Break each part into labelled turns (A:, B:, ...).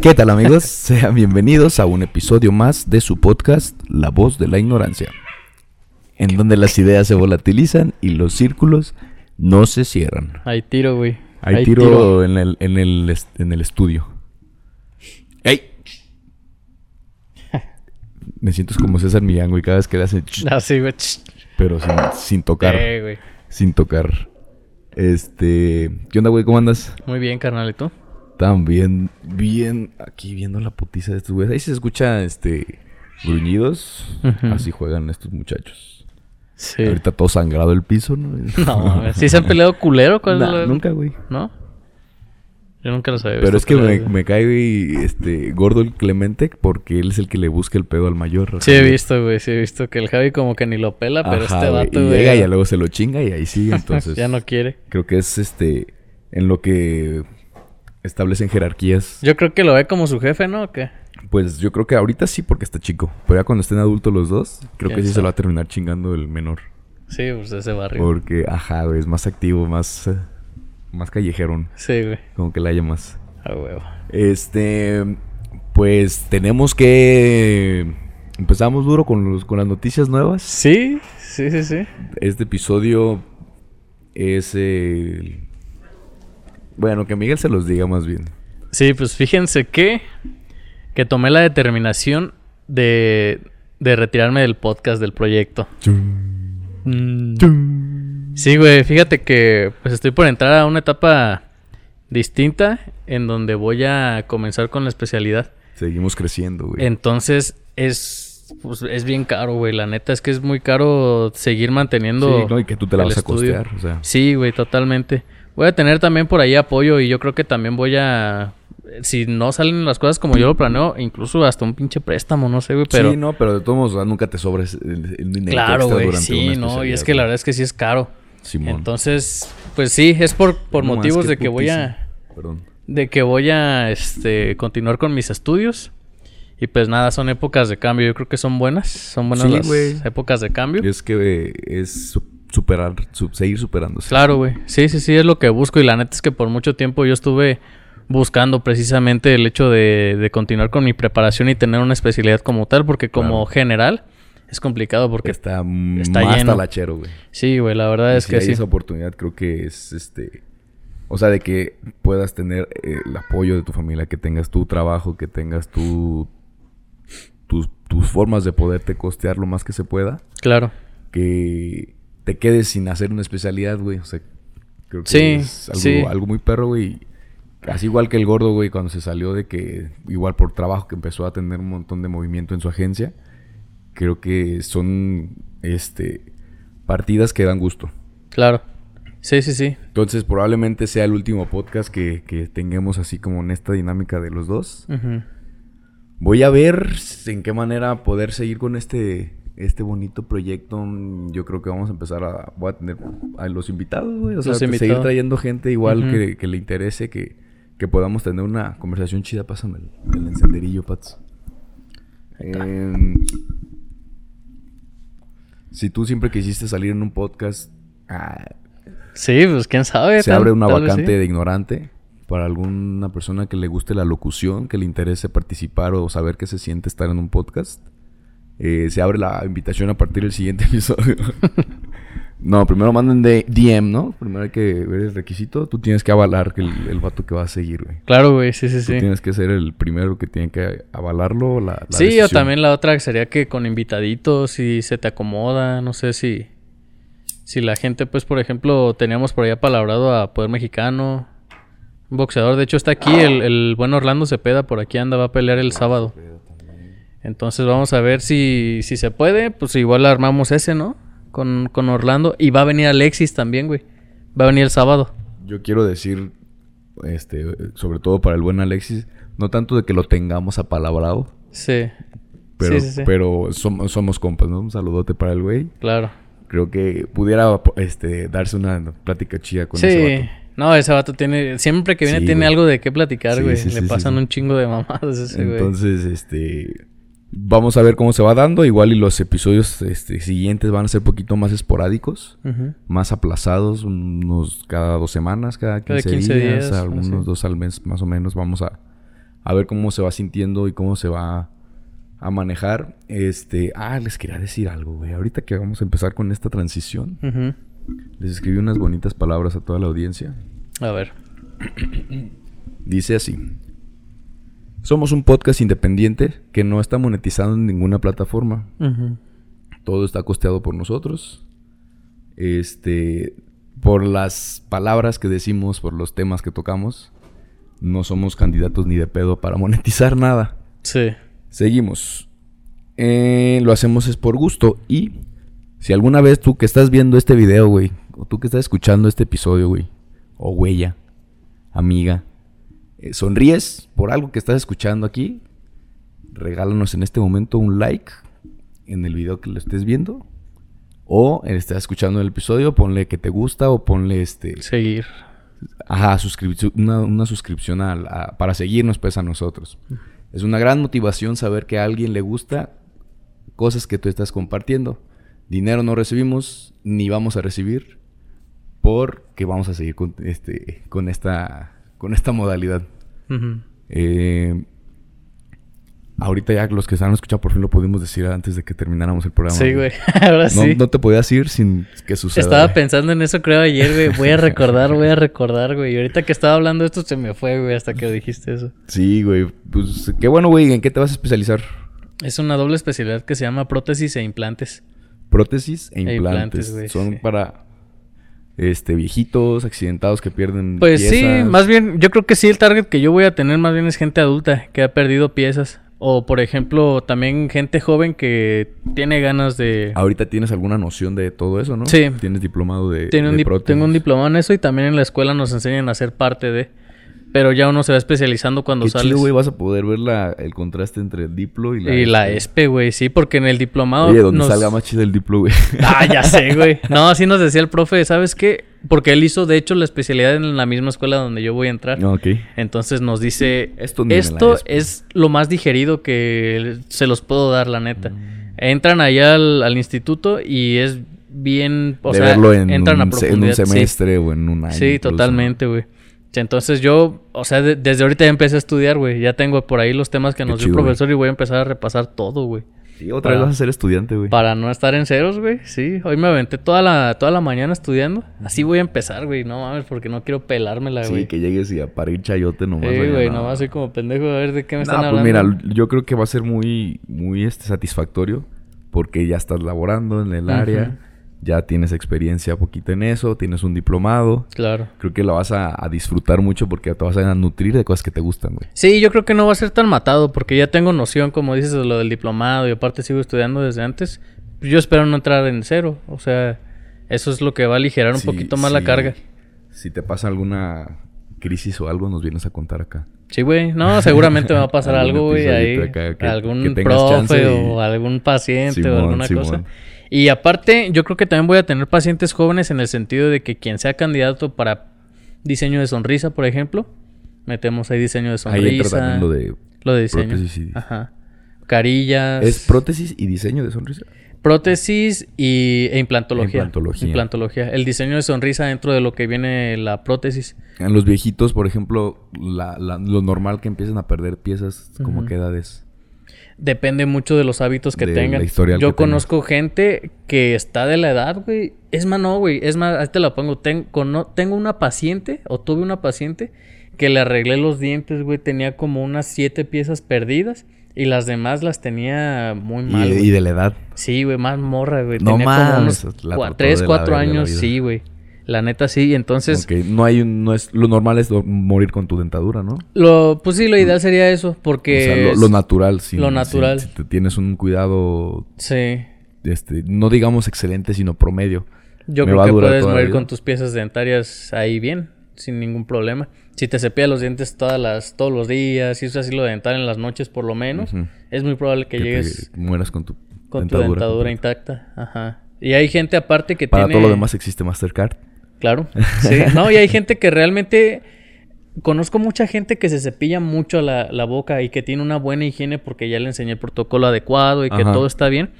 A: ¿Qué tal amigos? Sean bienvenidos a un episodio más de su podcast La voz de la ignorancia, en donde las ideas se volatilizan y los círculos no se cierran.
B: Hay tiro, güey.
A: Hay, tiro, En, el, en, el, est- en el estudio. ¡Ey! Me siento como César Millán, güey, cada vez que le hace... ch-
B: Así, Ah, güey.
A: Pero sin, sin tocar,
B: Eh, güey.
A: sin tocar. Este... ¿Qué onda, güey? ¿Cómo andas?
B: Muy bien, carnal. ¿Y tú?
A: También, bien, aquí viendo la putiza de estos güeyes. Ahí se escucha, este, gruñidos.
B: Ujú.
A: Así juegan estos muchachos.
B: Sí.
A: Ahorita todo sangrado el piso, ¿no?
B: No, güey. ¿sí se han peleado culero? ¿Cuál es
A: Nah,
B: la-
A: nunca, güey.
B: ¿No? Yo nunca los había visto.
A: Pero es que me,
B: pelear, güey.
A: me cae, güey, este, gordo el Clemente porque él es el que le busca el pedo al mayor.
B: Sí he visto, güey. Sí he visto que el Javi como que ni lo pela, pero
A: Ajá,
B: este
A: güey.
B: vato,
A: Y
B: güey.
A: llega y ya luego se lo chinga y ahí sigue, entonces.
B: ya no quiere.
A: Creo que es, este, en lo que establecen jerarquías.
B: Yo creo que lo ve como su jefe, ¿no? ¿O qué?
A: Pues yo creo que ahorita sí porque está chico. Pero ya cuando estén adultos los dos, creo que
B: ¿Quién
A: sí se lo
B: sabe?
A: va a terminar chingando el menor.
B: Sí, pues ese barrio.
A: Porque, ajá, güey, es más activo, más, eh, más callejerón,
B: Sí, güey.
A: como que la llamas.
B: A huevo.
A: Este, pues tenemos que... Empezamos duro con, los, con las noticias nuevas.
B: Sí, sí, sí, sí.
A: Este episodio es el... Bueno, que Miguel se los diga más bien.
B: Sí, pues fíjense que, que tomé la determinación de, de retirarme del podcast, del proyecto. Mm. Sí, güey, fíjate que pues estoy por entrar a una etapa distinta en donde voy a comenzar con la especialidad.
A: Seguimos creciendo, güey.
B: Entonces es, pues, es bien caro, güey. La neta es que es muy caro seguir manteniendo.
A: Sí, no, y que tú te la
B: el
A: vas a
B: estudio.
A: costear, o sea.
B: Sí, güey, totalmente. Voy a tener también por ahí apoyo y yo creo que también voy a. Si no salen las cosas como yo lo planeo, incluso hasta un pinche préstamo, no sé, güey, pero.
A: sí, no, pero de todos modos ah, nunca te sobres el, el dinero
B: claro,
A: extra
B: güey,
A: durante
B: sí,
A: una
B: no, y es
A: especialidad,
B: que la
A: güey.
B: verdad es que sí es caro.
A: Simón.
B: Entonces, pues sí, es por, por
A: No más,
B: motivos
A: qué
B: de que voy
A: putiza.
B: a.
A: Perdón.
B: de que voy a este, continuar con mis estudios. Y pues nada, son épocas de cambio. Yo creo que son buenas. Son buenas
A: Sí,
B: las
A: güey.
B: épocas de cambio.
A: Es que eh, es su- superar, su- seguir superándose.
B: Claro, güey. Sí, sí, sí, es lo que busco. Y la neta es que por mucho tiempo yo estuve buscando precisamente el hecho de, de continuar con mi preparación y tener una especialidad como tal, porque como
A: Claro.
B: general es complicado porque...
A: Porque está, mm,
B: está
A: más
B: lleno.
A: talachero, güey.
B: Sí, güey, la verdad
A: Y
B: es
A: si
B: que
A: hay
B: sí.
A: esa oportunidad, creo que es este. O sea, de que puedas tener eh, el apoyo de tu familia, que tengas tu trabajo, que tengas tu. Tus, tus formas de poderte costear lo más que se pueda.
B: Claro.
A: Que te quedes sin hacer una especialidad, güey. O sea, creo que
B: Sí,
A: es algo,
B: sí.
A: algo muy perro, güey. Así igual que el gordo, güey, cuando se salió de que, igual por trabajo, que empezó a tener un montón de movimiento en su agencia. Creo que son este partidas que dan gusto.
B: Claro. Sí, sí, sí.
A: Entonces probablemente sea el último podcast que, que tengamos así como en esta dinámica de los dos.
B: Ujú.
A: Voy a ver en qué manera poder seguir con este, este bonito proyecto. Mm, Yo creo que vamos a empezar a... Voy a tener a los invitados, güey. O sea,
B: Los
A: te- seguir
B: invitados.
A: trayendo gente igual
B: Ujú.
A: que, que le interese, que, que podamos tener una conversación chida. Pásame el, el encenderillo, Pats. Em, si tú siempre quisiste salir en un podcast... ah,
B: Sí, pues quién sabe.
A: se
B: tal-
A: abre una
B: tal vez sí.
A: vacante de ignorante para alguna persona que le guste la locución, que le interese participar o saber qué se siente estar en un podcast. Eh, se abre la invitación a partir del siguiente episodio. no, primero manden de DM, ¿no? Primero hay que ver el requisito. Tú tienes que avalar que el, el vato que va a seguir, güey.
B: Claro, güey, sí, sí,
A: Tú
B: sí.
A: tienes que ser el primero que tiene que avalarlo. La, la
B: Sí, o
A: decisión.
B: también la otra sería que con invitaditos, si se te acomoda, no sé si. Si la gente, pues, por ejemplo, teníamos por allá palabrado a Poder Mexicano, un boxeador. De hecho, está aquí el, el buen Orlando Cepeda, por aquí anda, va a pelear el sábado. Entonces, vamos a ver si, si se puede. Pues igual armamos ese, ¿no? Con, con Orlando. Y va a venir Alexis también, güey. Va a venir el sábado.
A: Yo quiero decir, este, sobre todo para el buen Alexis, no tanto de que lo tengamos apalabrado,
B: Sí.
A: Pero,
B: sí, sí, sí.
A: pero som- somos compas, ¿no? Un saludote para el güey.
B: Claro.
A: Creo que pudiera este, darse una plática chida con
B: sí.
A: ese vato.
B: No, ese vato tiene. Siempre que viene
A: Sí,
B: tiene
A: güey.
B: algo de qué platicar,
A: Sí,
B: güey.
A: sí,
B: Le
A: sí,
B: pasan
A: sí.
B: un chingo de mamadas a ese, güey.
A: Entonces, este. Vamos a ver cómo se va dando. Igual y los episodios este, siguientes van a ser poquito más esporádicos,
B: Ujú.
A: más aplazados, unos cada dos semanas, cada
B: Cada
A: 15,
B: 15
A: días,
B: días,
A: algunos
B: así.
A: dos al mes más o menos. Vamos a, a ver cómo se va sintiendo y cómo se va a manejar. Este, ah, les quería decir algo, güey. Ahorita que vamos a empezar con esta transición,
B: Ujú.
A: les escribí unas bonitas palabras a toda la audiencia.
B: A ver.
A: Dice así. Somos un podcast independiente que no está monetizado en ninguna plataforma.
B: Ujú.
A: Todo está costeado por nosotros. Este, por las palabras que decimos, por los temas que tocamos, no somos candidatos ni de pedo para monetizar nada.
B: Sí.
A: Seguimos. Eh, lo hacemos es por gusto y si alguna vez tú que estás viendo este video, güey, o tú que estás escuchando este episodio, güey, o huella, amiga, eh, sonríes por algo que estás escuchando aquí, regálanos en este momento un like en el video que lo estés viendo o estás escuchando el episodio, ponle que te gusta o ponle este,
B: Seguir.
A: Ajá, suscripci- una, una suscripción al- a- para seguirnos pues a nosotros. Es una gran motivación saber que a alguien le gusta cosas que tú estás compartiendo. Dinero no recibimos ni vamos a recibir porque vamos a seguir con, este, con, esta, con esta modalidad.
B: Ujú.
A: Eh, ahorita ya los que se han escuchado por fin lo pudimos decir antes de que termináramos el programa.
B: Sí, güey. Ahora
A: No,
B: sí.
A: no te eh. podías ir sin que suceda.
B: estaba
A: güey.
B: pensando en eso, creo, ayer, güey. Voy a recordar, voy a recordar, güey. Y ahorita que estaba hablando esto se me fue, güey, hasta que dijiste eso.
A: Sí, güey. Pues qué bueno, güey. ¿En qué te vas a especializar?
B: Es una doble especialidad que se llama prótesis e implantes.
A: prótesis e
B: E
A: implantes.
B: implantes, güey,
A: son
B: sí.
A: para este viejitos, accidentados que pierden
B: Pues sí,
A: piezas.
B: más bien, yo creo que sí, el target que yo voy a tener más bien es gente adulta que ha perdido piezas. O, por ejemplo, también gente joven que tiene ganas de...
A: Ahorita tienes alguna noción de todo eso, ¿no?
B: Sí.
A: Tienes diplomado de,
B: Tiene un
A: de
B: dip-
A: prótesis.
B: tengo un diplomado en eso y también en la escuela nos enseñan a ser parte de... Pero ya uno se va especializando cuando
A: Qué
B: sales.
A: chido, güey, vas a poder ver la- el contraste entre el diplo y la
B: y la
A: esp.
B: ESPE, güey, sí, porque en el diplomado...
A: Oye, donde
B: nos-
A: salga más chido el diplo, güey.
B: Ah, ya sé, güey. No, así nos decía el profe, ¿sabes qué? Porque él hizo, de hecho, la especialidad en la misma escuela donde yo voy a entrar.
A: ok.
B: Entonces nos dice,
A: Esto
B: esto,
A: ni me la despe-
B: es lo más digerido que se los puedo dar, la neta.
A: Mm.
B: Entran allá al, al instituto y es bien, o
A: de
B: sea,
A: verlo en,
B: entran
A: un,
B: a
A: se- en un
B: profundidad. sí.
A: semestre o en un año.
B: Sí,
A: incluso.
B: totalmente, güey. Entonces yo, o sea, de- desde ahorita ya empecé a estudiar, güey. Ya tengo por ahí los temas que
A: Qué
B: nos
A: chido,
B: dio el profesor y voy a empezar a repasar todo, güey.
A: Sí, otra vez
B: Para-
A: vas a ser estudiante, güey.
B: Para no estar en ceros, güey. Sí, hoy me aventé toda la, toda la mañana estudiando. Así voy a empezar, güey. No mames, porque no quiero pelármela,
A: Sí,
B: güey.
A: que llegues y a parir chayote nomás.
B: Sí,
A: allá,
B: güey,
A: no.
B: nomás soy como pendejo a ver de qué me
A: No,
B: están
A: pues
B: hablando.
A: mira, yo creo que va a ser muy, muy este, satisfactorio porque ya estás laborando en el
B: Ujú.
A: área, ya tienes experiencia poquito en eso, tienes un diplomado.
B: Claro.
A: Creo que la vas a, a disfrutar mucho porque te vas a nutrir de cosas que te gustan, güey.
B: Sí, yo creo que no va a ser tan matado porque ya tengo noción, como dices, de lo del diplomado y aparte sigo estudiando desde antes. Yo espero no entrar en cero, o sea, eso es lo que va a aligerar un
A: Si-
B: poquito más
A: si-
B: la carga.
A: Si te pasa alguna crisis o algo, nos vienes a contar acá.
B: Sí, güey, no, seguramente me va a pasar
A: Algún
B: algo, güey, ahí.
A: episodito acá que-
B: algún
A: que tengas chance
B: profe
A: y-
B: o algún paciente
A: Simón,
B: o alguna cosa.
A: Simón.
B: Y aparte, yo creo que también voy a tener pacientes jóvenes en el sentido de que quien sea candidato para diseño de sonrisa, por ejemplo, metemos ahí diseño de sonrisa.
A: Ahí entra también lo de...
B: Lo de diseño.
A: Prótesis y-
B: Ajá. Carillas.
A: ¿Es prótesis y diseño de sonrisa?
B: prótesis y, e implantología.
A: Implantología.
B: Implantología. El diseño de sonrisa dentro de lo que viene la prótesis.
A: En los viejitos, por ejemplo, la- la- lo normal que empiezan a perder piezas, como
B: Ujú.
A: qué edades.
B: Depende mucho de los hábitos que
A: De
B: tengan.
A: la historial
B: Yo
A: que
B: conozco gente que está de la edad, güey. Es más, no, güey. Es más, ahí te la pongo. Ten- cono- tengo una paciente, o tuve una paciente, que le arreglé los dientes, güey. Tenía como unas siete piezas perdidas. Y las demás las tenía muy
A: Y
B: mal.
A: de-
B: güey.
A: y de la edad.
B: Sí, güey, más morra, güey.
A: No
B: Tenía como
A: mames,
B: unos
A: la
B: cua-
A: trató de
B: tres,
A: la
B: cuatro
A: verga la
B: años,
A: vida.
B: sí, güey. La neta, sí. Entonces,
A: Ok, no hay un, no es, lo normal es do- morir con tu dentadura, ¿no?
B: lo, pues sí, lo ideal sería eso, porque...
A: o sea, lo-
B: es-
A: lo, natural, sí.
B: lo natural.
A: Si, te tienes un cuidado,
B: Sí.
A: este, no digamos excelente, sino promedio.
B: Yo
A: Me
B: creo
A: va a
B: que
A: durar
B: puedes
A: toda la
B: morir
A: vida.
B: con tus piezas dentarias ahí bien, sin ningún problema. Si te cepillas los dientes todas las, todos los días, si usas hilo dental en las noches por lo menos,
A: Ujú.
B: es muy probable que,
A: te
B: llegues
A: mueras con tu
B: con tu dentadura
A: completa.
B: intacta. Ajá. Y hay gente aparte que
A: Para
B: tiene...
A: todo lo demás existe Mastercard.
B: Claro. Sí. No, y hay gente que realmente. Conozco mucha gente que se cepilla mucho la, la boca y que tiene una buena higiene porque ya le enseñé el protocolo adecuado y que
A: Ajá.
B: todo está bien.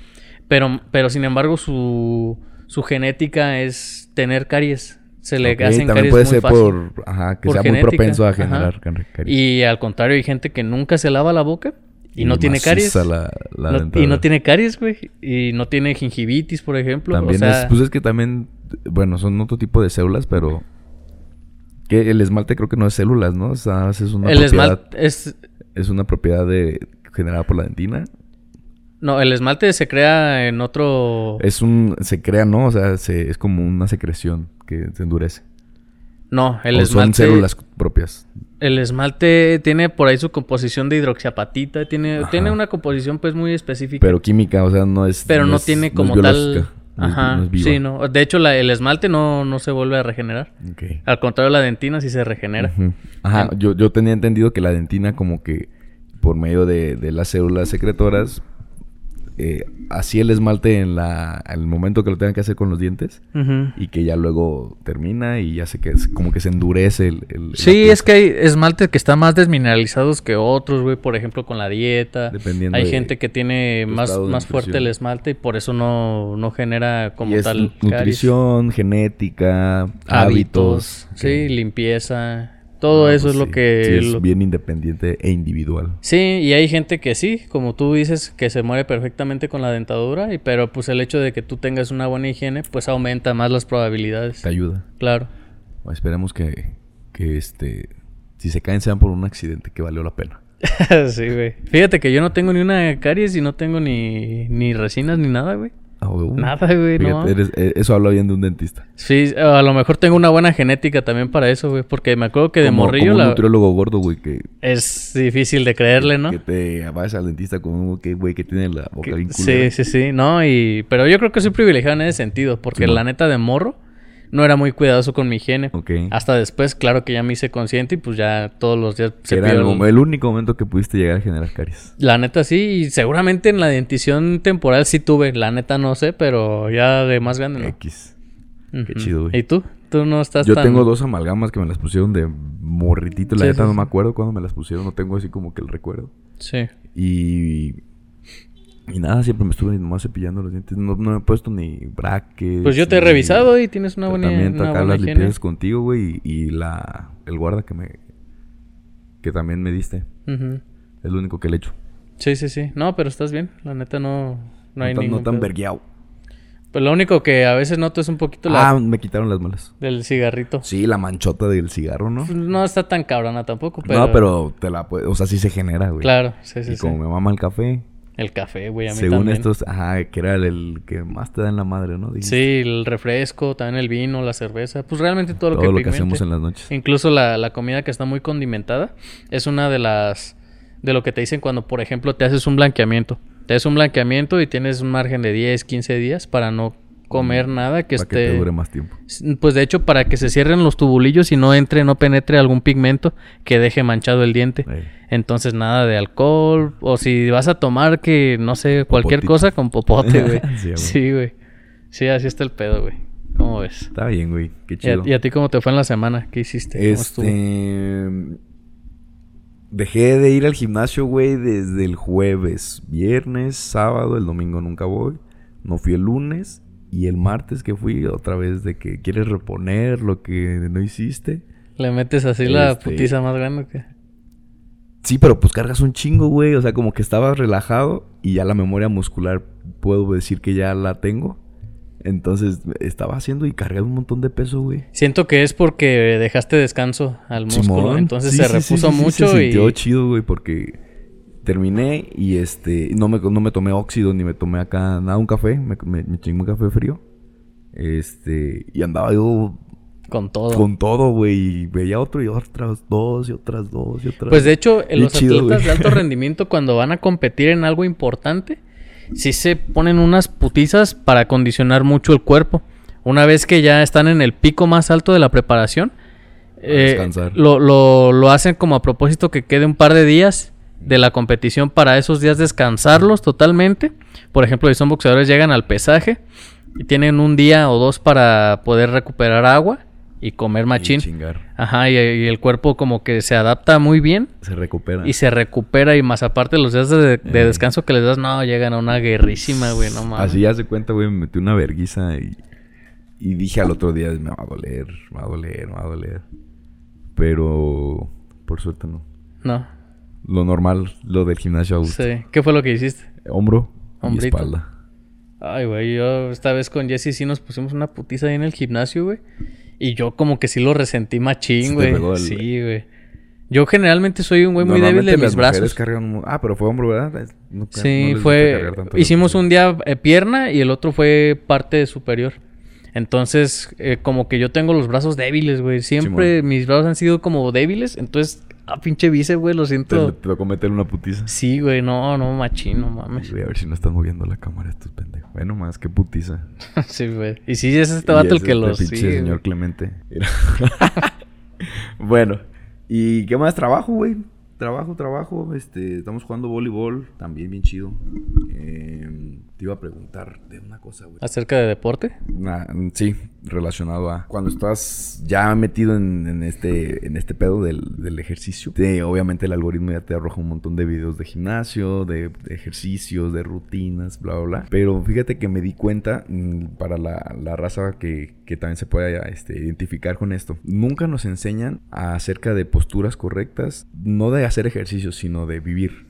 B: Pero, pero sin embargo, su, su genética es tener caries Se le
A: Ok,
B: hacen
A: también
B: caries
A: puede
B: muy
A: ser
B: fácil.
A: por... Ajá, que
B: Por
A: sea
B: genética,
A: muy propenso a
B: ajá.
A: generar car- caries.
B: Y al contrario, hay gente que nunca se lava la boca y, no tiene
A: maciza
B: caries.
A: la- la
B: No- y
A: dentadura.
B: no tiene caries, güey. Y no tiene gingivitis, por ejemplo.
A: También
B: o sea,
A: es, pues es que también, bueno, son otro tipo de células, pero que el esmalte creo que no es células, ¿no? O sea, es una
B: el
A: propiedad,
B: esmalte es...
A: es una propiedad de generada por la dentina.
B: No, el esmalte se crea en otro...
A: Es un, se crea, ¿no? O sea, se- es como una secreción que se endurece.
B: No, el
A: o son
B: esmalte...
A: células propias.
B: El esmalte tiene por ahí su composición de hidroxiapatita. Tiene,
A: Ajá.
B: tiene una composición pues muy específica.
A: Pero química, o sea, no es.
B: pero no,
A: es-
B: tiene
A: es
B: como tal...
A: biológica, no es-
B: Ajá,
A: no es viva.
B: sí, no. De hecho, la- el esmalte no, no se vuelve a regenerar.
A: Ok.
B: Al contrario, la dentina sí se regenera.
A: Ujú. Ajá, yo, yo tenía entendido que la dentina como que por medio de, de las células secretoras eh, hacía el esmalte en la, al momento que lo tengan que hacer con los dientes
B: Ujú.
A: y que ya luego termina y ya se que como que se endurece el... el- la
B: Sí,
A: piel,
B: es que hay esmaltes que están más desmineralizados que otros, güey. Por ejemplo, con la dieta.
A: Dependiendo
B: hay
A: de
B: gente que tiene
A: tu
B: más,
A: estado de
B: más fuerte
A: nutrición.
B: el esmalte y por eso no, no genera como
A: y es
B: tal
A: nu-
B: caries.
A: nutrición, genética, hábitos.
B: Sí,
A: ok.
B: limpieza. Todo
A: No,
B: eso
A: pues
B: es lo
A: sí.
B: que...
A: Sí, es
B: lo-
A: bien independiente e individual.
B: Sí, y hay gente que sí, como tú dices, que se muere perfectamente con la dentadura, y, pero pues el hecho de que tú tengas una buena higiene, pues aumenta más las probabilidades.
A: Te ayuda.
B: Claro.
A: Esperemos que, que este... Si se caen sean por un accidente que valió la pena.
B: sí, güey. Fíjate que yo no tengo ni una caries y no tengo ni, ni resinas ni nada, güey.
A: Ah, huevo.
B: Nada, güey, no.
A: Fíjate, eres- e- eso habla bien de un dentista.
B: Sí, a lo mejor tengo una buena genética también para eso, güey, porque me acuerdo que de
A: Como-
B: morrillo
A: como un
B: la...
A: nutriólogo gordo, güey, que,
B: es difícil de creerle, ¿no?
A: que te vas al dentista con un que- güey que tiene la boca
B: Que-
A: bien
B: Sí,
A: culera.
B: sí, sí, no, y pero yo creo que soy privilegiado en ese sentido, porque
A: Simón.
B: la neta de morro no era muy cuidadoso con mi higiene.
A: Ok.
B: Hasta después, claro que ya me hice consciente y pues ya todos los días
A: Que
B: se
A: era el,
B: pidió
A: mom- el único momento que pudiste llegar a generar caries.
B: La neta sí, y seguramente en la dentición temporal sí tuve, la neta no sé, pero ya de más grande no.
A: X.
B: Ujú.
A: chido, güey.
B: ¿Y tú? Tú no estás
A: Yo
B: tan...
A: tengo dos amalgamas que me las pusieron de morritito. La
B: Sí,
A: neta
B: sí,
A: no
B: sí.
A: me acuerdo cuándo me las pusieron. No tengo así como que el recuerdo.
B: Sí.
A: Y... Y nada, siempre me estuve nomás cepillando los dientes. No, no me he puesto ni brackets.
B: Pues yo te he
A: ni
B: revisado y tienes una buena,
A: tratamiento
B: una
A: acá
B: buena
A: las
B: higiene.
A: limpiezas contigo, güey. Y, y la... El guarda que me... Que también me diste.
B: Ujú.
A: Es lo único que le echo.
B: Sí, sí, sí. No, pero estás bien. La neta no, no hay
A: tan-
B: ningún
A: tan
B: pedo.
A: vergueado.
B: Pues lo único que a veces noto es un poquito la
A: Ah, me quitaron las malas.
B: del cigarrito. Pues
A: Sí, la manchota del cigarro, ¿no?
B: No está tan cabrona tampoco, pero...
A: No, pero te la puede- O sea, sí se genera, güey.
B: Claro, sí, sí,
A: y
B: sí.
A: como me mama el café,
B: El café, güey, a mí
A: según
B: también.
A: estos, ajá, que era el, el que más te da en la madre, ¿no? Dijiste.
B: Sí, el refresco, también el vino, la cerveza. Pues realmente todo lo
A: Todo
B: que
A: lo que
B: pigmente.
A: hacemos en las noches.
B: Incluso la, la comida que está muy condimentada es una de las... De lo que te dicen cuando, por ejemplo, te haces un blanqueamiento. Te haces un blanqueamiento y tienes un margen de 10, 15 días para no comer nada que
A: Mm, para
B: esté...
A: que te dure más tiempo.
B: Pues de hecho, para que se cierren los tubulillos y no entre, no penetre algún pigmento que deje manchado el diente.
A: Eh,
B: Entonces nada de alcohol. O si vas a tomar que, no sé, cualquier
A: Popotito.
B: cosa con popote, güey.
A: Sí, güey.
B: sí, güey. Sí, así está el pedo, güey. ¿Cómo ves?
A: Está bien, güey. Qué
B: ¿Y a,
A: chido.
B: y a ti cómo te fue en la semana? ¿Qué hiciste? ¿Cómo estuvo?
A: Este. Dejé de ir al gimnasio, güey, desde el jueves, viernes, sábado, el domingo nunca voy. No fui el lunes y el martes que fui otra vez de que quieres reponer lo que no hiciste.
B: ¿Le metes así la
A: Este-
B: putiza más grande o qué?
A: Sí, pero pues cargas un chingo, güey. O sea, como que estabas relajado y ya la memoria muscular puedo decir que ya la tengo. Entonces estaba haciendo y cargué un montón de peso, güey.
B: Siento que es porque dejaste descanso al músculo.
A: Simón.
B: Entonces
A: Sí,
B: se
A: sí, sí,
B: repuso
A: sí, sí,
B: mucho
A: se
B: y...
A: sintió chido, güey, porque terminé y este no me, no me tomé óxido ni me tomé acá nada un café, me, me, me chingué un café frío. Este, y andaba yo
B: con todo.
A: con todo, güey, y veía otro y otras dos y otras dos y otras.
B: Pues de hecho, eh,
A: Bien
B: los
A: chido,
B: atletas
A: güey.
B: de alto rendimiento, cuando van a competir en algo importante, sí se ponen unas putizas para condicionar mucho el cuerpo. Una vez que ya están en el pico más alto de la preparación, eh,
A: descansar.
B: lo, lo- lo hacen como a propósito que quede un par de días de la competición para esos días descansarlos totalmente. Por ejemplo, si son boxeadores, llegan al pesaje y tienen un día o dos para poder recuperar agua y comer
A: Y
B: machín.
A: chingar.
B: Ajá, y, y el cuerpo como que se adapta muy bien
A: Se recupera.
B: y se recupera y más aparte los días de, de
A: Eh.
B: descanso que les das, no, llegan a una guerrísima, güey, no mames.
A: Así ya se cuenta, güey, me metí una verguiza y Y dije al otro día, me va a doler, me va a doler, me va a doler. Pero por suerte no.
B: No.
A: Lo normal, lo del gimnasio a gusto.
B: Sí. ¿Qué fue lo que hiciste?
A: Hombro y
B: Hombrito.
A: espalda.
B: Ay, güey, yo esta vez con Jesse sí nos pusimos una putiza ahí en el gimnasio, güey. Y yo como que sí lo resentí
A: Sí
B: machín,
A: te
B: güey.
A: pegó el-
B: Sí, güey. Yo generalmente soy un güey muy débil
A: Normalmente
B: de
A: las
B: mis
A: mujeres
B: brazos.
A: cargan mu- ah, pero fue hombro, ¿verdad? Es- no ca- no
B: Sí,
A: les gusta
B: fue.
A: cargar tanto el
B: Hicimos
A: hombro.
B: un día eh, pierna y el otro fue parte superior. Entonces, eh, como que yo tengo los brazos débiles, güey. Siempre
A: Simón.
B: mis brazos han sido como débiles. Entonces, a pinche bíceps, güey, lo
A: Te,
B: siento.
A: te tocó meter una putiza.
B: Sí, güey, no, no, machín, no mames.
A: Güey, a ver si no están moviendo la cámara estos pendejos. Bueno, más, qué putiza.
B: sí, güey. Y sí, es este
A: Y
B: vato
A: es
B: el que
A: este
B: los.
A: pinche
B: sí, güey.
A: señor Clemente. Mira. bueno, ¿y qué más? Trabajo, güey. Trabajo, trabajo. Este, estamos jugando voleibol. También bien chido. Eh, te iba a preguntar de una cosa, güey.
B: ¿Acerca de deporte?
A: Una- sí, relacionado a cuando estás ya metido en, en este en este pedo del, del ejercicio. te- obviamente el algoritmo ya te arroja un montón de videos de gimnasio, de, de ejercicios, de rutinas, bla, bla, bla. Pero fíjate que me di cuenta mm, para la, la raza que, que también se pueda este, identificar con esto. Nunca nos enseñan acerca de posturas correctas, no de hacer ejercicio, sino de vivir.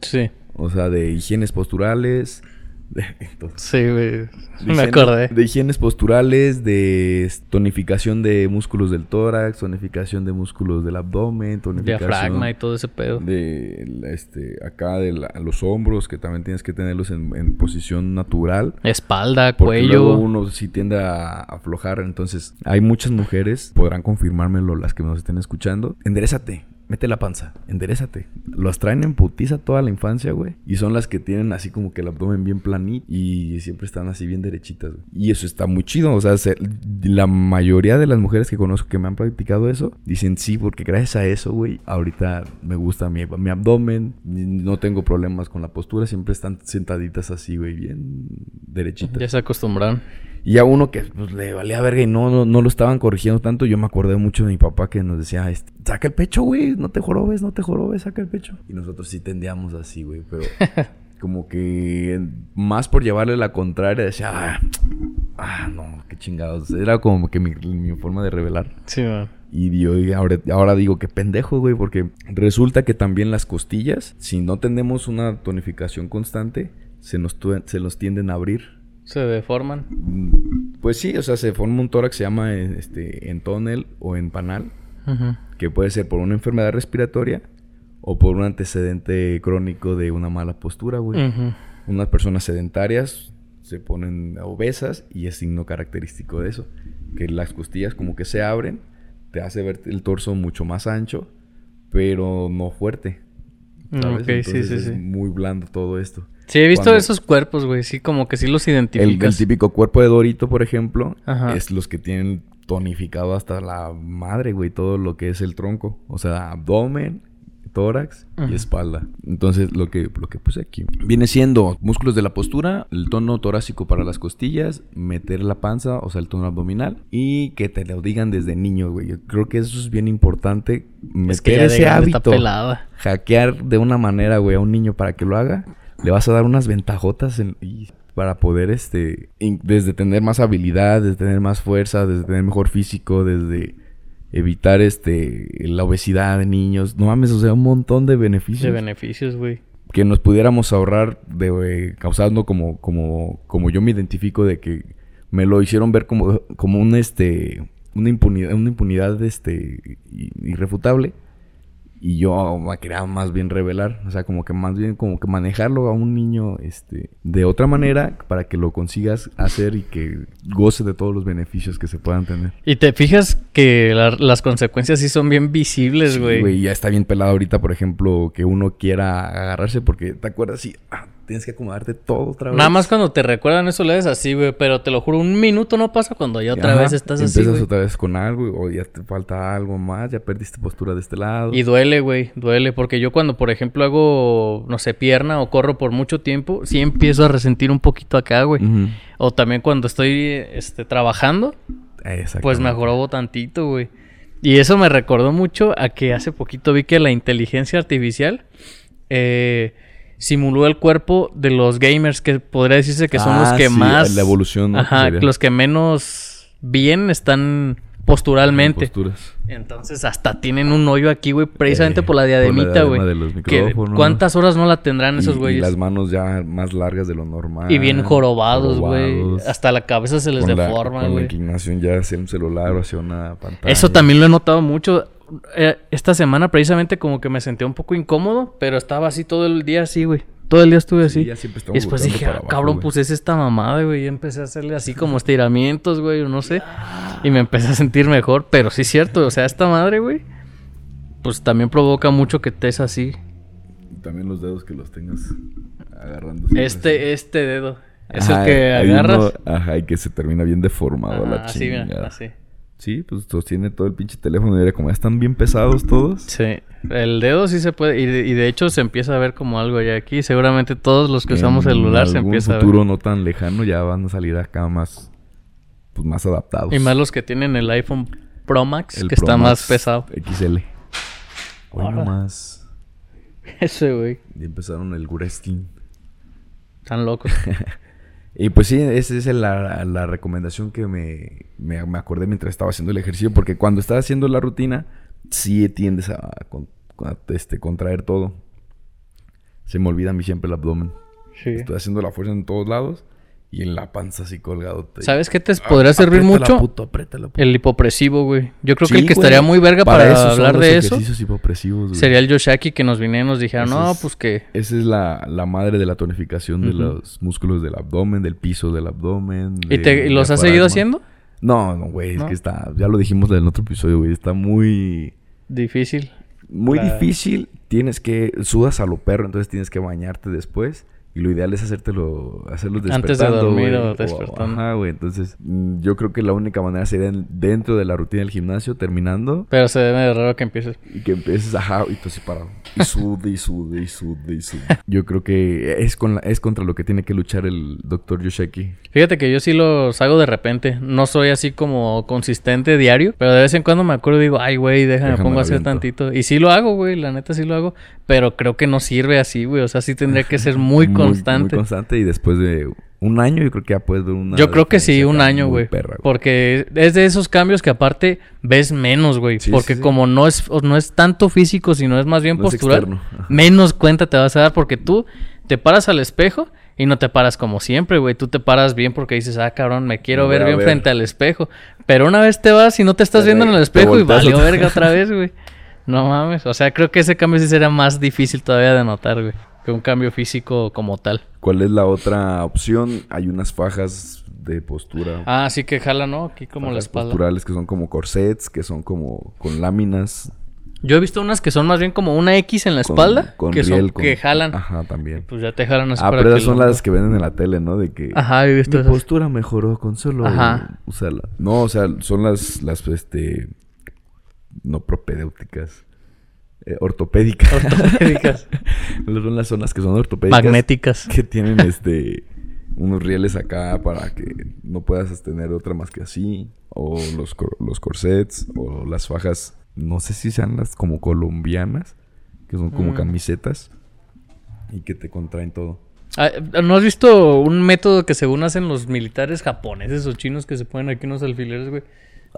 B: Sí.
A: O sea, de higienes posturales. de- entonces,
B: Sí, güey.
A: de
B: Me
A: higiene-
B: acordé.
A: De higienes posturales, de s- tonificación de músculos del tórax, tonificación de músculos del abdomen, tonificación
B: Diafragma y todo ese pedo.
A: de la- este, acá de la- los hombros, que también tienes que tenerlos en, en posición natural.
B: Espalda,
A: Porque luego
B: cuello.
A: uno sí tiende a aflojar. Entonces, hay muchas mujeres, podrán confirmármelo las que nos estén escuchando. Enderezate, mete la panza, enderezate. Los traen en putiza toda la infancia, güey. Y son las que tienen así como que el abdomen bien planito y siempre están así bien derechitas, güey. Y eso está muy chido. O sea, se- la mayoría de las mujeres que conozco que me han practicado eso dicen sí, porque gracias a eso, güey, ahorita me gusta mi, mi abdomen. No tengo problemas con la postura. Siempre están sentaditas así, güey, bien derechitas.
B: Ya se acostumbraron.
A: Y a uno que pues, le valía verga y no, no, no lo estaban corrigiendo tanto, yo me acordé mucho de mi papá que nos decía, este, saca el pecho, güey, no te jorobes, no te jorobes, saca el pecho. Y nosotros sí tendíamos así, güey, pero como que más por llevarle la contraria, decía, ah, ah, no, qué chingados. Era como que mi, mi forma de revelar.
B: Sí, man.
A: Y yo y ahora, ahora digo que pendejo, güey, porque resulta que también las costillas, si no tenemos una tonificación constante, se nos, tu- se nos tienden a abrir.
B: Se deforman.
A: Mm, Pues sí, o sea, se forma un tórax que se llama eh, este, entonel o empanal,
B: Ujú.
A: que puede ser por una enfermedad respiratoria o por un antecedente crónico de una mala postura, güey.
B: Ujú.
A: Unas personas sedentarias se ponen obesas y es signo característico de eso, que las costillas como que se abren, te hace ver el torso mucho más ancho, pero no fuerte. ¿sabes?
B: Mm, Ok, sí,
A: Entonces
B: sí,
A: es
B: sí.
A: Muy blando todo esto.
B: Sí, he visto
A: cuando-
B: esos cuerpos, güey. Sí, como que sí los
A: El, el
B: identificas.
A: típico cuerpo de Dorito, por ejemplo,
B: Ajá.
A: es los que tienen tonificado hasta la madre, güey, todo lo que es el tronco. O sea, abdomen, tórax
B: Ujú.
A: y espalda. Entonces, lo que, lo que puse aquí viene siendo músculos de la postura, el tono torácico para las costillas, meter la panza, o sea, el tono abdominal, y que te lo digan desde niño, güey. Yo creo que eso es bien importante. Meter
B: es que ya de
A: ese
B: grande está
A: hábito
B: pelada.
A: hackear de una manera, güey, a un niño para que lo haga, le vas a dar unas ventajotas en- y- para poder, este, in- desde tener más habilidad, desde tener más fuerza, desde tener mejor físico, desde evitar, este, la obesidad de niños. No mames, o sea, un montón de beneficios
B: De beneficios, güey.
A: que nos pudiéramos ahorrar de, eh, causando como, como, como yo me identifico de que me lo hicieron ver como, como un, este, una impunidad, una impunidad, este, i- irrefutable. Y yo oh, me quería más bien revelar, o sea, como que más bien como que manejarlo a un niño este de otra manera para que lo consigas hacer y que goce de todos los beneficios que se puedan tener.
B: Y te fijas que la- las consecuencias sí son bien visibles,
A: Sí,
B: güey.
A: güey, ya está bien pelado ahorita, por ejemplo, que uno quiera agarrarse porque te acuerdas sí, ah, tienes que acomodarte todo otra vez.
B: Nada más cuando te recuerdan eso le haces así, güey. Pero te lo juro, un minuto no pasa cuando ya otra
A: Ajá,
B: vez estás así,
A: Empiezas
B: güey.
A: otra vez con algo o ya te falta algo más, ya perdiste postura de este lado.
B: Y duele, güey, duele. Porque yo cuando, por ejemplo, hago, no sé, pierna o corro por mucho tiempo, sí empiezo a resentir un poquito acá, güey.
A: Ujú.
B: O también cuando estoy este, trabajando,
A: Exactamente.
B: pues me jorobo tantito, güey. Y eso me recordó mucho a que hace poquito vi que la inteligencia artificial eh, simuló el cuerpo de los gamers, que podría decirse que son
A: Ah,
B: los que
A: sí,
B: más...
A: La evolución. ¿no?
B: Ajá,
A: Sería.
B: los que menos bien están posturalmente.
A: Posturas.
B: Entonces hasta tienen un hoyo aquí, güey, precisamente
A: Eh,
B: por la
A: por la
B: diademita,
A: diadema
B: güey.
A: de los
B: Que-
A: micrófonos.
B: ¿Cuántas horas no la tendrán
A: Y-
B: esos
A: Y,
B: güeyes?
A: las manos ya más largas de lo normal.
B: Y, bien jorobados, güey.
A: jorobados.
B: Hasta la cabeza se les
A: Con la-
B: deforma,
A: Con la
B: güey.
A: inclinación ya hacia un celular o hacia una pantalla.
B: Eso también lo he notado mucho. Eh, esta semana precisamente como que me sentía un poco incómodo, pero estaba así todo el día así, güey. Todo el día estuve
A: Sí,
B: así.
A: ya siempre
B: Y
A: estamos
B: después
A: volteando
B: dije,
A: para
B: ah,
A: abajo,
B: cabrón,
A: güey.
B: pues es esta mamada, güey. Y empecé a hacerle así como estiramientos, güey, o no sé. Y me empecé a sentir mejor. Pero sí es cierto, o sea, esta madre, güey, pues también provoca mucho que estés así.
A: Y También los dedos que los tengas agarrando. siempre así.
B: Este, este dedo. Es
A: Ajá,
B: el que
A: hay uno-
B: agarras.
A: ajá, y que se termina bien deformado
B: Ajá,
A: la
B: así,
A: chingada.
B: mira, así.
A: Sí, pues sostiene todo el pinche teléfono. Y era como, ya están bien pesados todos.
B: Sí, el dedo sí se puede. Y de, y de hecho se empieza a ver como algo allá aquí. Seguramente todos los que usamos
A: En
B: celular se
A: algún
B: empieza
A: futuro no tan lejano ya van a salir acá más... Pues más
B: a
A: adaptados.
B: ver. Y más los que tienen el iPhone Pro Max,
A: El
B: que
A: Pro
B: está
A: Max
B: más pesado.
A: XL. Hoy
B: Ahora.
A: nomás.
B: Ese, güey.
A: Y empezaron el wrestling.
B: Están locos.
A: Y pues sí, esa es la, la recomendación que me, me, me acordé mientras estaba haciendo el ejercicio, porque cuando estás haciendo la rutina, sí tiendes a, con- a, este, contraer todo. Se me olvida a mí siempre el abdomen.
B: Sí.
A: Estoy haciendo la fuerza en todos lados y en la panza así colgado. te-
B: ¿Sabes qué te
A: Ah,
B: podría servir
A: apriétala,
B: mucho?
A: puto, apriétala, puto.
B: El hipopresivo, güey. Yo creo
A: Sí,
B: que el que
A: güey,
B: estaría muy verga para,
A: eso son
B: hablar
A: los
B: de eso
A: ejercicios hipopresivos, güey.
B: sería el Yoshaki que nos viniera y nos dijera,
A: Ese
B: no,
A: es-
B: pues que.
A: Esa es la, la madre de la tonificación de
B: Ujú.
A: los músculos del abdomen, del piso del abdomen.
B: ¿Y te,
A: del
B: los has
A: diafragma.
B: seguido haciendo?
A: No, no, güey, es
B: ¿No?
A: que está, ya lo dijimos en otro episodio, güey, está muy,
B: Difícil.
A: muy
B: Claro.
A: difícil. Tienes que, sudas a lo perro, entonces tienes que bañarte después. Y lo ideal es hacértelo, hacerlo despertando.
B: Antes de dormir
A: güey,
B: o despertando.
A: Ajá, güey, entonces mm, yo creo que la única manera sería en- dentro de la rutina del gimnasio, terminando.
B: Pero se debe de raro que empieces.
A: Y que empieces, ajá, y tú así parado. Y sude, y sude, y sude, y sude. Yo creo que es, con la- es contra lo que tiene que luchar el doctor Yoshaki.
B: Fíjate que yo sí los hago de repente. No soy así como consistente diario, pero de vez en cuando me acuerdo y digo, ay, güey, déjame,
A: Déjame
B: pongo a hacer
A: aviento".
B: tantito. Y sí lo hago, güey, la neta sí lo hago, pero creo que no sirve así, güey. O sea, sí tendría que ser muy constante.
A: Muy constante y después de un año yo creo que ya puedes ver una...
B: Yo creo que sí,
A: diferencia
B: un
A: acá
B: año,
A: muy
B: güey.
A: perra, güey.
B: Porque es de esos cambios que aparte ves menos, güey.
A: Sí,
B: porque
A: sí, sí.
B: como no es, o no es tanto físico, sino es más bien
A: No es
B: postural,
A: externo. Ajá.
B: menos cuenta te vas a dar porque tú te paras al espejo y no te paras como siempre, güey. Tú te paras bien porque dices, ah, cabrón, me
A: Me
B: quiero
A: voy
B: ver
A: a
B: bien
A: ver.
B: frente al espejo. Pero una vez te vas y no te estás
A: Te
B: viendo en
A: re-
B: el
A: te
B: espejo y
A: volteas
B: valió
A: otra
B: verga otra vez, güey. No mames. O sea, creo que ese cambio sí será más difícil todavía de notar, güey. Que un cambio físico como tal.
A: ¿Cuál es la otra opción? Hay unas fajas de postura.
B: Ah, sí que jala, ¿no? Aquí como la
A: fajas
B: espalda.
A: Posturales que son como corsets, que son como con láminas.
B: Yo he visto unas que son más bien como una X en la
A: con-
B: espalda,
A: con
B: que son
A: riel, con-
B: que jalan,
A: Ajá, también.
B: pues ya te jalan así
A: Ah,
B: para
A: pero
B: que
A: esas
B: el
A: son
B: hombro-
A: las que venden en la tele, ¿no? De que...
B: Ajá, he visto
A: Mi
B: esas.
A: Este postura mejoró con solo
B: Ajá.
A: usarla. No, o sea, son las, las este, no propedéuticas, eh, ortopédicas.
B: Ortopédicas.
A: son las zonas que son ortopédicas.
B: magnéticas.
A: Que tienen, este, unos rieles acá para que no puedas sostener otra más que así. O los, cor- los corsets, o las fajas, no sé si sean las como colombianas, que son como
B: Mm.
A: camisetas y que te contraen todo.
B: Ah, ¿No has visto un método que según hacen los militares japoneses o chinos que se ponen aquí unos alfileres, güey?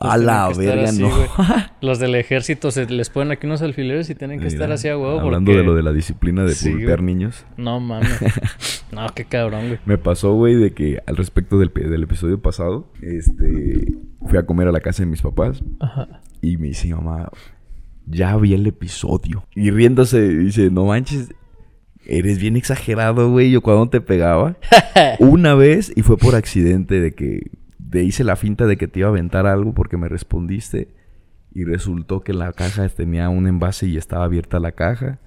B: Los
A: A la
B: tienen que estar
A: verga,
B: así,
A: no.
B: güey. Los del ejército se les ponen aquí unos alfileres y tienen que estar
A: Mira,
B: así a huevo
A: Hablando
B: porque...
A: de lo de la disciplina de
B: Sí,
A: golpear
B: güey.
A: niños.
B: No, mames. no, qué cabrón, güey.
A: Me pasó, güey, de que al respecto del, pe- del episodio pasado, este, fui a comer a la casa de mis papás
B: Ajá.
A: y me dice mi mamá, ya vi el episodio. Y riéndose dice, no manches, eres bien exagerado, güey, yo cuando te pegaba. Una vez y fue por accidente de que te hice la finta de que te iba a aventar algo porque me respondiste y resultó que la caja tenía un envase y estaba abierta la caja.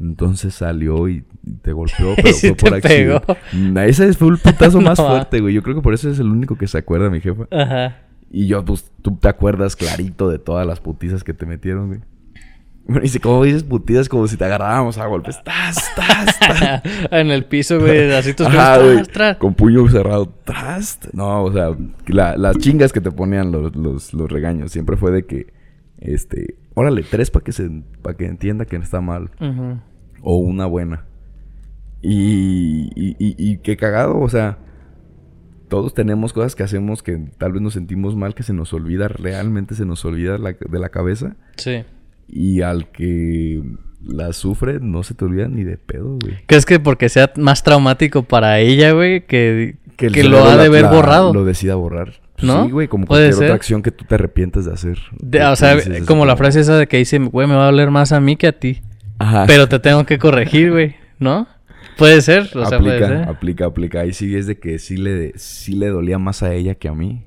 A: Entonces salió y y te golpeó, pero
B: sí
A: fue por
B: te pegó.
A: accidente. Nah, Ese fue el putazo más
B: No, ah.
A: fuerte, güey. Yo creo que por eso es el único que se acuerda, mi jefa.
B: Ajá.
A: Y yo, pues, tú te acuerdas clarito de todas las putizas que te metieron, güey. Me dice, ¿cómo dices putizas? Como si te agarrábamos a golpes. ¡Tas, tas, tas!
B: en el piso, güey, así tus
A: Ajá,
B: piernas,
A: güey.
B: tras, tras.
A: Con puño cerrado. ¡Tas! No, o sea, la- las chingas que te ponían los, los, los regaños. Siempre fue de que, este, órale, tres para que, se pa' que entienda que no está mal.
B: Ujú.
A: O una buena. Y, y, y- y qué cagado, o sea, todos tenemos cosas que hacemos que tal vez nos sentimos mal, que se nos olvida, realmente se nos olvida la- de la cabeza.
B: Sí.
A: Y al que la sufre, no se te olvida ni de pedo, güey.
B: ¿Crees que porque sea más traumático para ella, güey, que, que,
A: el
B: lo
A: cerebro
B: ha de
A: la-
B: ver
A: la-
B: borrado?
A: Lo decida borrar.
B: ¿No?
A: Sí, güey, como
B: Puede
A: cualquier
B: ser.
A: otra acción que tú te arrepientas de hacer.
B: De-
A: Que
B: o
A: tú
B: sea,
A: dices,
B: como la frase esa de que dice, güey, me va a doler más a mí que a ti.
A: Ajá.
B: Pero te tengo que corregir, güey, ¿no? Puede ser, o sea, puede
A: aplica,
B: ser.
A: aplica, aplica. Ahí sí es de que sí le, sí le dolía más a ella que a mí.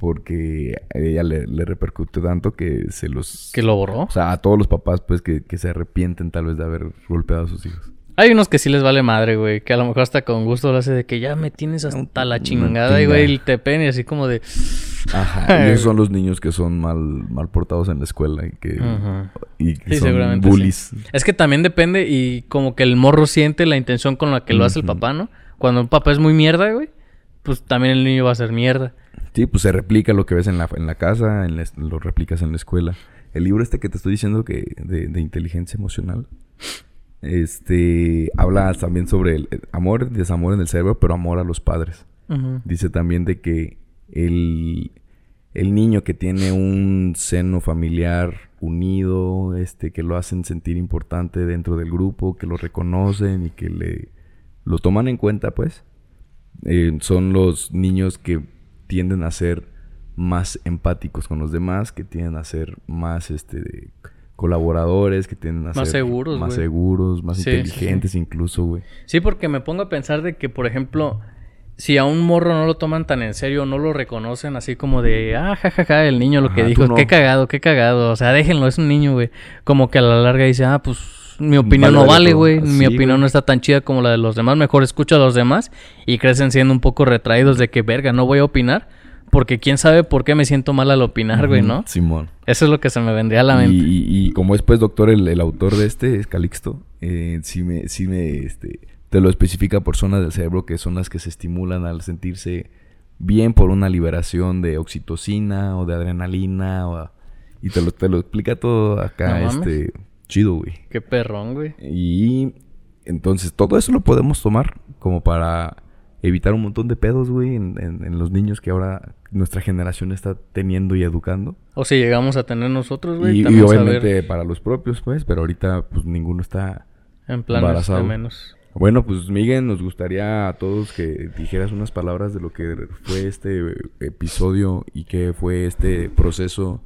A: Porque a ella le, le repercutió tanto que se los...
B: Que lo borró.
A: O sea, a todos los papás, pues, que, que se arrepienten tal vez de haber golpeado a sus hijos.
B: Hay unos que sí les vale madre, güey, que a lo mejor hasta con gusto lo hace de que ya me tienes hasta la
A: Una
B: chingada,
A: Mm,
B: y,
A: chinga.
B: güey, y te pen y así como de...
A: Ajá. y esos son los niños que son mal, mal portados en la escuela y que,
B: Ujú.
A: y que
B: Sí,
A: son
B: seguramente
A: bullies.
B: Es que también depende y como que el morro siente la intención con la que lo hace el
A: Ujú.
B: papá, ¿no? Cuando un papá es muy mierda, güey, pues también el niño va a ser mierda.
A: Sí, pues se replica lo que ves en la, en la casa, en la es- lo replicas en la escuela. El libro este que te estoy diciendo que de, de inteligencia emocional, este, habla también sobre el el amor, desamor en el cerebro, pero amor a los padres.
B: Ujú.
A: Dice también de que el, el niño que tiene un seno familiar unido, este, que lo hacen sentir importante dentro del grupo, que lo reconocen y que le lo toman en cuenta, pues, eh, son los niños que tienden a ser más empáticos con los demás, que tienden a ser más este colaboradores, que tienden a
B: Más
A: ser
B: seguros,
A: más
B: güey.
A: seguros, más
B: Sí, sí, sí.
A: inteligentes incluso, güey.
B: Sí, porque me pongo a pensar de que, por ejemplo, si a un morro no lo toman tan en serio, no lo reconocen así como de, ah, jajaja, el niño lo que
A: Ajá,
B: dijo,
A: tú no.
B: qué cagado, qué cagado, o sea, déjenlo, es un niño, güey. Como que a la larga dice, ah, pues mi
A: Vale,
B: opinión no
A: vale
B: vale,
A: todo.
B: güey,
A: Así,
B: mi opinión
A: güey.
B: no está tan chida como la de los demás, mejor escucha a los demás y crecen siendo un poco retraídos de que, verga, no voy a opinar, porque quién sabe por qué me siento mal al opinar, güey,
A: Ujú,
B: ¿no?
A: Simón.
B: Eso es lo que se me vendría a la mente.
A: Y, y- y como es pues doctor el, el autor de este, es Calixto, eh, sí me, sí me, este, te lo especifica por zonas del cerebro que son las que se estimulan al sentirse bien por una liberación de oxitocina o de adrenalina o a- y te lo, te lo explica todo acá,
B: No mames.
A: este, chido, güey.
B: Qué perrón, güey.
A: Y entonces todo eso lo podemos tomar como para evitar un montón de pedos, güey, en, en- en los niños que ahora nuestra generación está teniendo y educando.
B: O si llegamos a tener nosotros, güey,
A: Y, y
B: también saber
A: obviamente para los propios, pues, pero ahorita pues ninguno está...
B: en planes de
A: embarazado.
B: menos.
A: Bueno, pues Miguel, nos gustaría a todos que dijeras unas palabras de lo que fue este eh, episodio y qué fue este proceso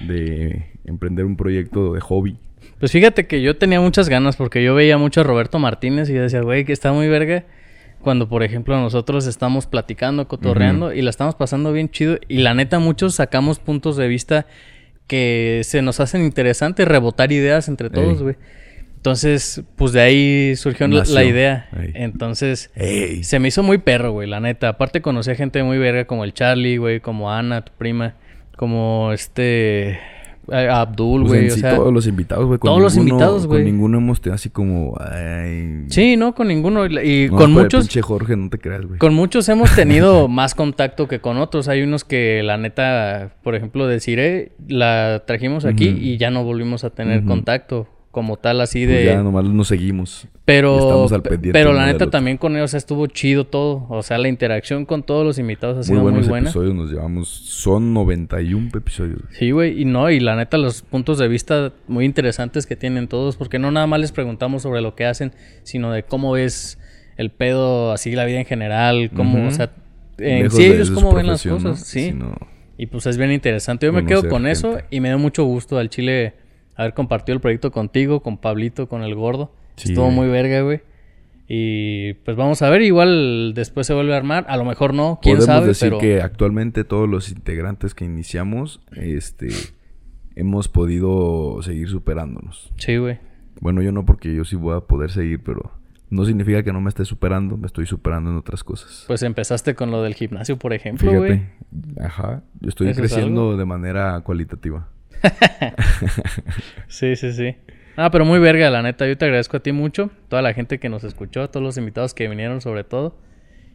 A: de emprender un proyecto de hobby.
B: Pues fíjate que yo tenía muchas ganas porque yo veía mucho a Roberto Martínez y yo decía, güey, que está muy verga. Cuando, por ejemplo, nosotros estamos platicando, cotorreando y la estamos pasando bien chido. Y la neta, muchos sacamos puntos de vista que se nos hacen interesantes, rebotar ideas entre todos,
A: Ey.
B: güey. Entonces, pues de ahí surgió la-
A: Nació.
B: la idea.
A: Ey.
B: Entonces,
A: ¡Ey!
B: se me hizo muy perro, güey, la neta. Aparte conocí a gente muy verga como el Charlie, güey, como Ana, tu prima, como este eh, Abdul,
A: Pues,
B: güey.
A: en
B: o
A: sí,
B: sea,
A: todos los invitados, güey. con
B: todos los
A: ninguno-
B: invitados, güey.
A: Con ninguno hemos tenido así como... ay,
B: Sí, no, con ninguno. Y la- Y
A: no,
B: con
A: pero
B: muchos,
A: Pinche Jorge, no te creas, güey.
B: con muchos hemos tenido más contacto que con otros. Hay unos que la neta, por ejemplo, de Cire, la trajimos aquí
A: Ujú.
B: y ya no volvimos a tener
A: Ujú.
B: contacto como tal así
A: Pues
B: de...
A: ya nomás nos seguimos.
B: Pero,
A: Estamos al pendiente
B: pero
A: uno
B: la
A: del
B: neta
A: otro.
B: también con ellos estuvo chido todo. O sea, la interacción con todos los invitados ha
A: Muy
B: sido muy
A: buenos
B: buena.
A: episodios nos llevamos. Son 91 episodios.
B: Sí, güey, y no, y la neta, los puntos de vista muy interesantes que tienen todos, porque no nada más les preguntamos sobre lo que hacen, sino de cómo ves el pedo, así la vida en general, cómo,
A: Ujú.
B: o sea, en
A: Lejos
B: sí
A: de
B: ellos
A: su
B: cómo ven las
A: profesión, ¿no?
B: cosas, sí.
A: Sino-
B: Y pues es bien interesante. Yo me quedo
A: Conocer
B: con eso
A: gente.
B: y me dio mucho gusto al Chile haber compartido el proyecto contigo, con Pablito, con el gordo.
A: Sí,
B: Estuvo
A: güey.
B: muy verga, güey. Y pues vamos a ver, igual después se vuelve a armar, a lo mejor no, quién
A: Podemos
B: sabe,
A: decir
B: pero
A: que actualmente todos los integrantes que iniciamos, este, hemos podido seguir superándonos.
B: sí, güey.
A: Bueno, yo no porque yo sí voy a poder seguir, pero no significa que no me esté superando, me estoy superando en otras cosas.
B: Pues empezaste con lo del gimnasio, por ejemplo, güey.
A: Fíjate, ajá, yo estoy
B: ¿Eso es
A: creciendo de manera cualitativa.
B: Sí, sí, sí. Ah, pero muy verga, la neta. Yo te agradezco a ti mucho, toda la gente que nos escuchó, a todos los invitados que vinieron sobre todo.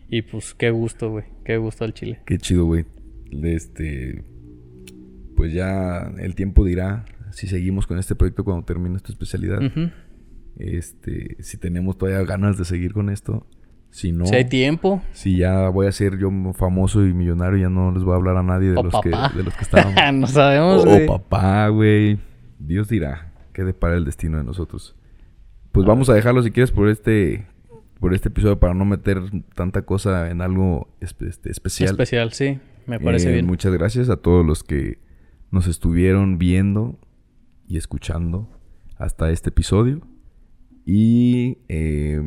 B: Y pues qué gusto, güey. Qué gusto al Chile.
A: Qué chido, güey. Este, pues ya el tiempo dirá si seguimos con este proyecto cuando termine esta especialidad.
B: Ujú.
A: Este, si tenemos todavía ganas de seguir con esto, Si no,
B: Si hay tiempo.
A: si ya voy a ser yo famoso y millonario, ya no les voy a hablar a nadie de,
B: O
A: los,
B: papá.
A: Que, de los que estaban.
B: no sabemos,
A: Oh,
B: güey.
A: papá, güey. Dios dirá qué depara el destino de nosotros. Pues vamos a dejarlo si quieres por este por este episodio para no meter tanta cosa en algo espe- este, especial.
B: Especial, sí. Me parece
A: Eh,
B: bien.
A: Muchas gracias a todos los que nos estuvieron viendo y escuchando hasta este episodio. Y eh,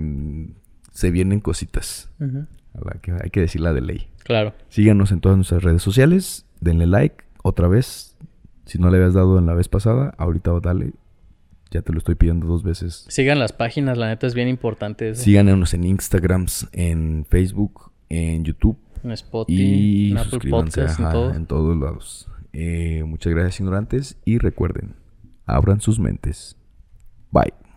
A: se vienen cositas.
B: Ujú.
A: a la que hay que decirla de ley.
B: Claro.
A: Síganos en todas nuestras redes sociales. Denle like otra vez. Si no le habías dado en la vez pasada, ahorita dale. Ya te lo estoy pidiendo dos veces.
B: Sigan las páginas, la neta es bien importante eso.
A: Síganos en Instagrams, en Facebook, en YouTube
B: En Spotify,
A: y
B: en Apple
A: suscríbanse
B: Podcasts, en
A: ajá,
B: todo.
A: en todos lados. Eh, muchas gracias ignorantes y recuerden, abran sus mentes. Bye.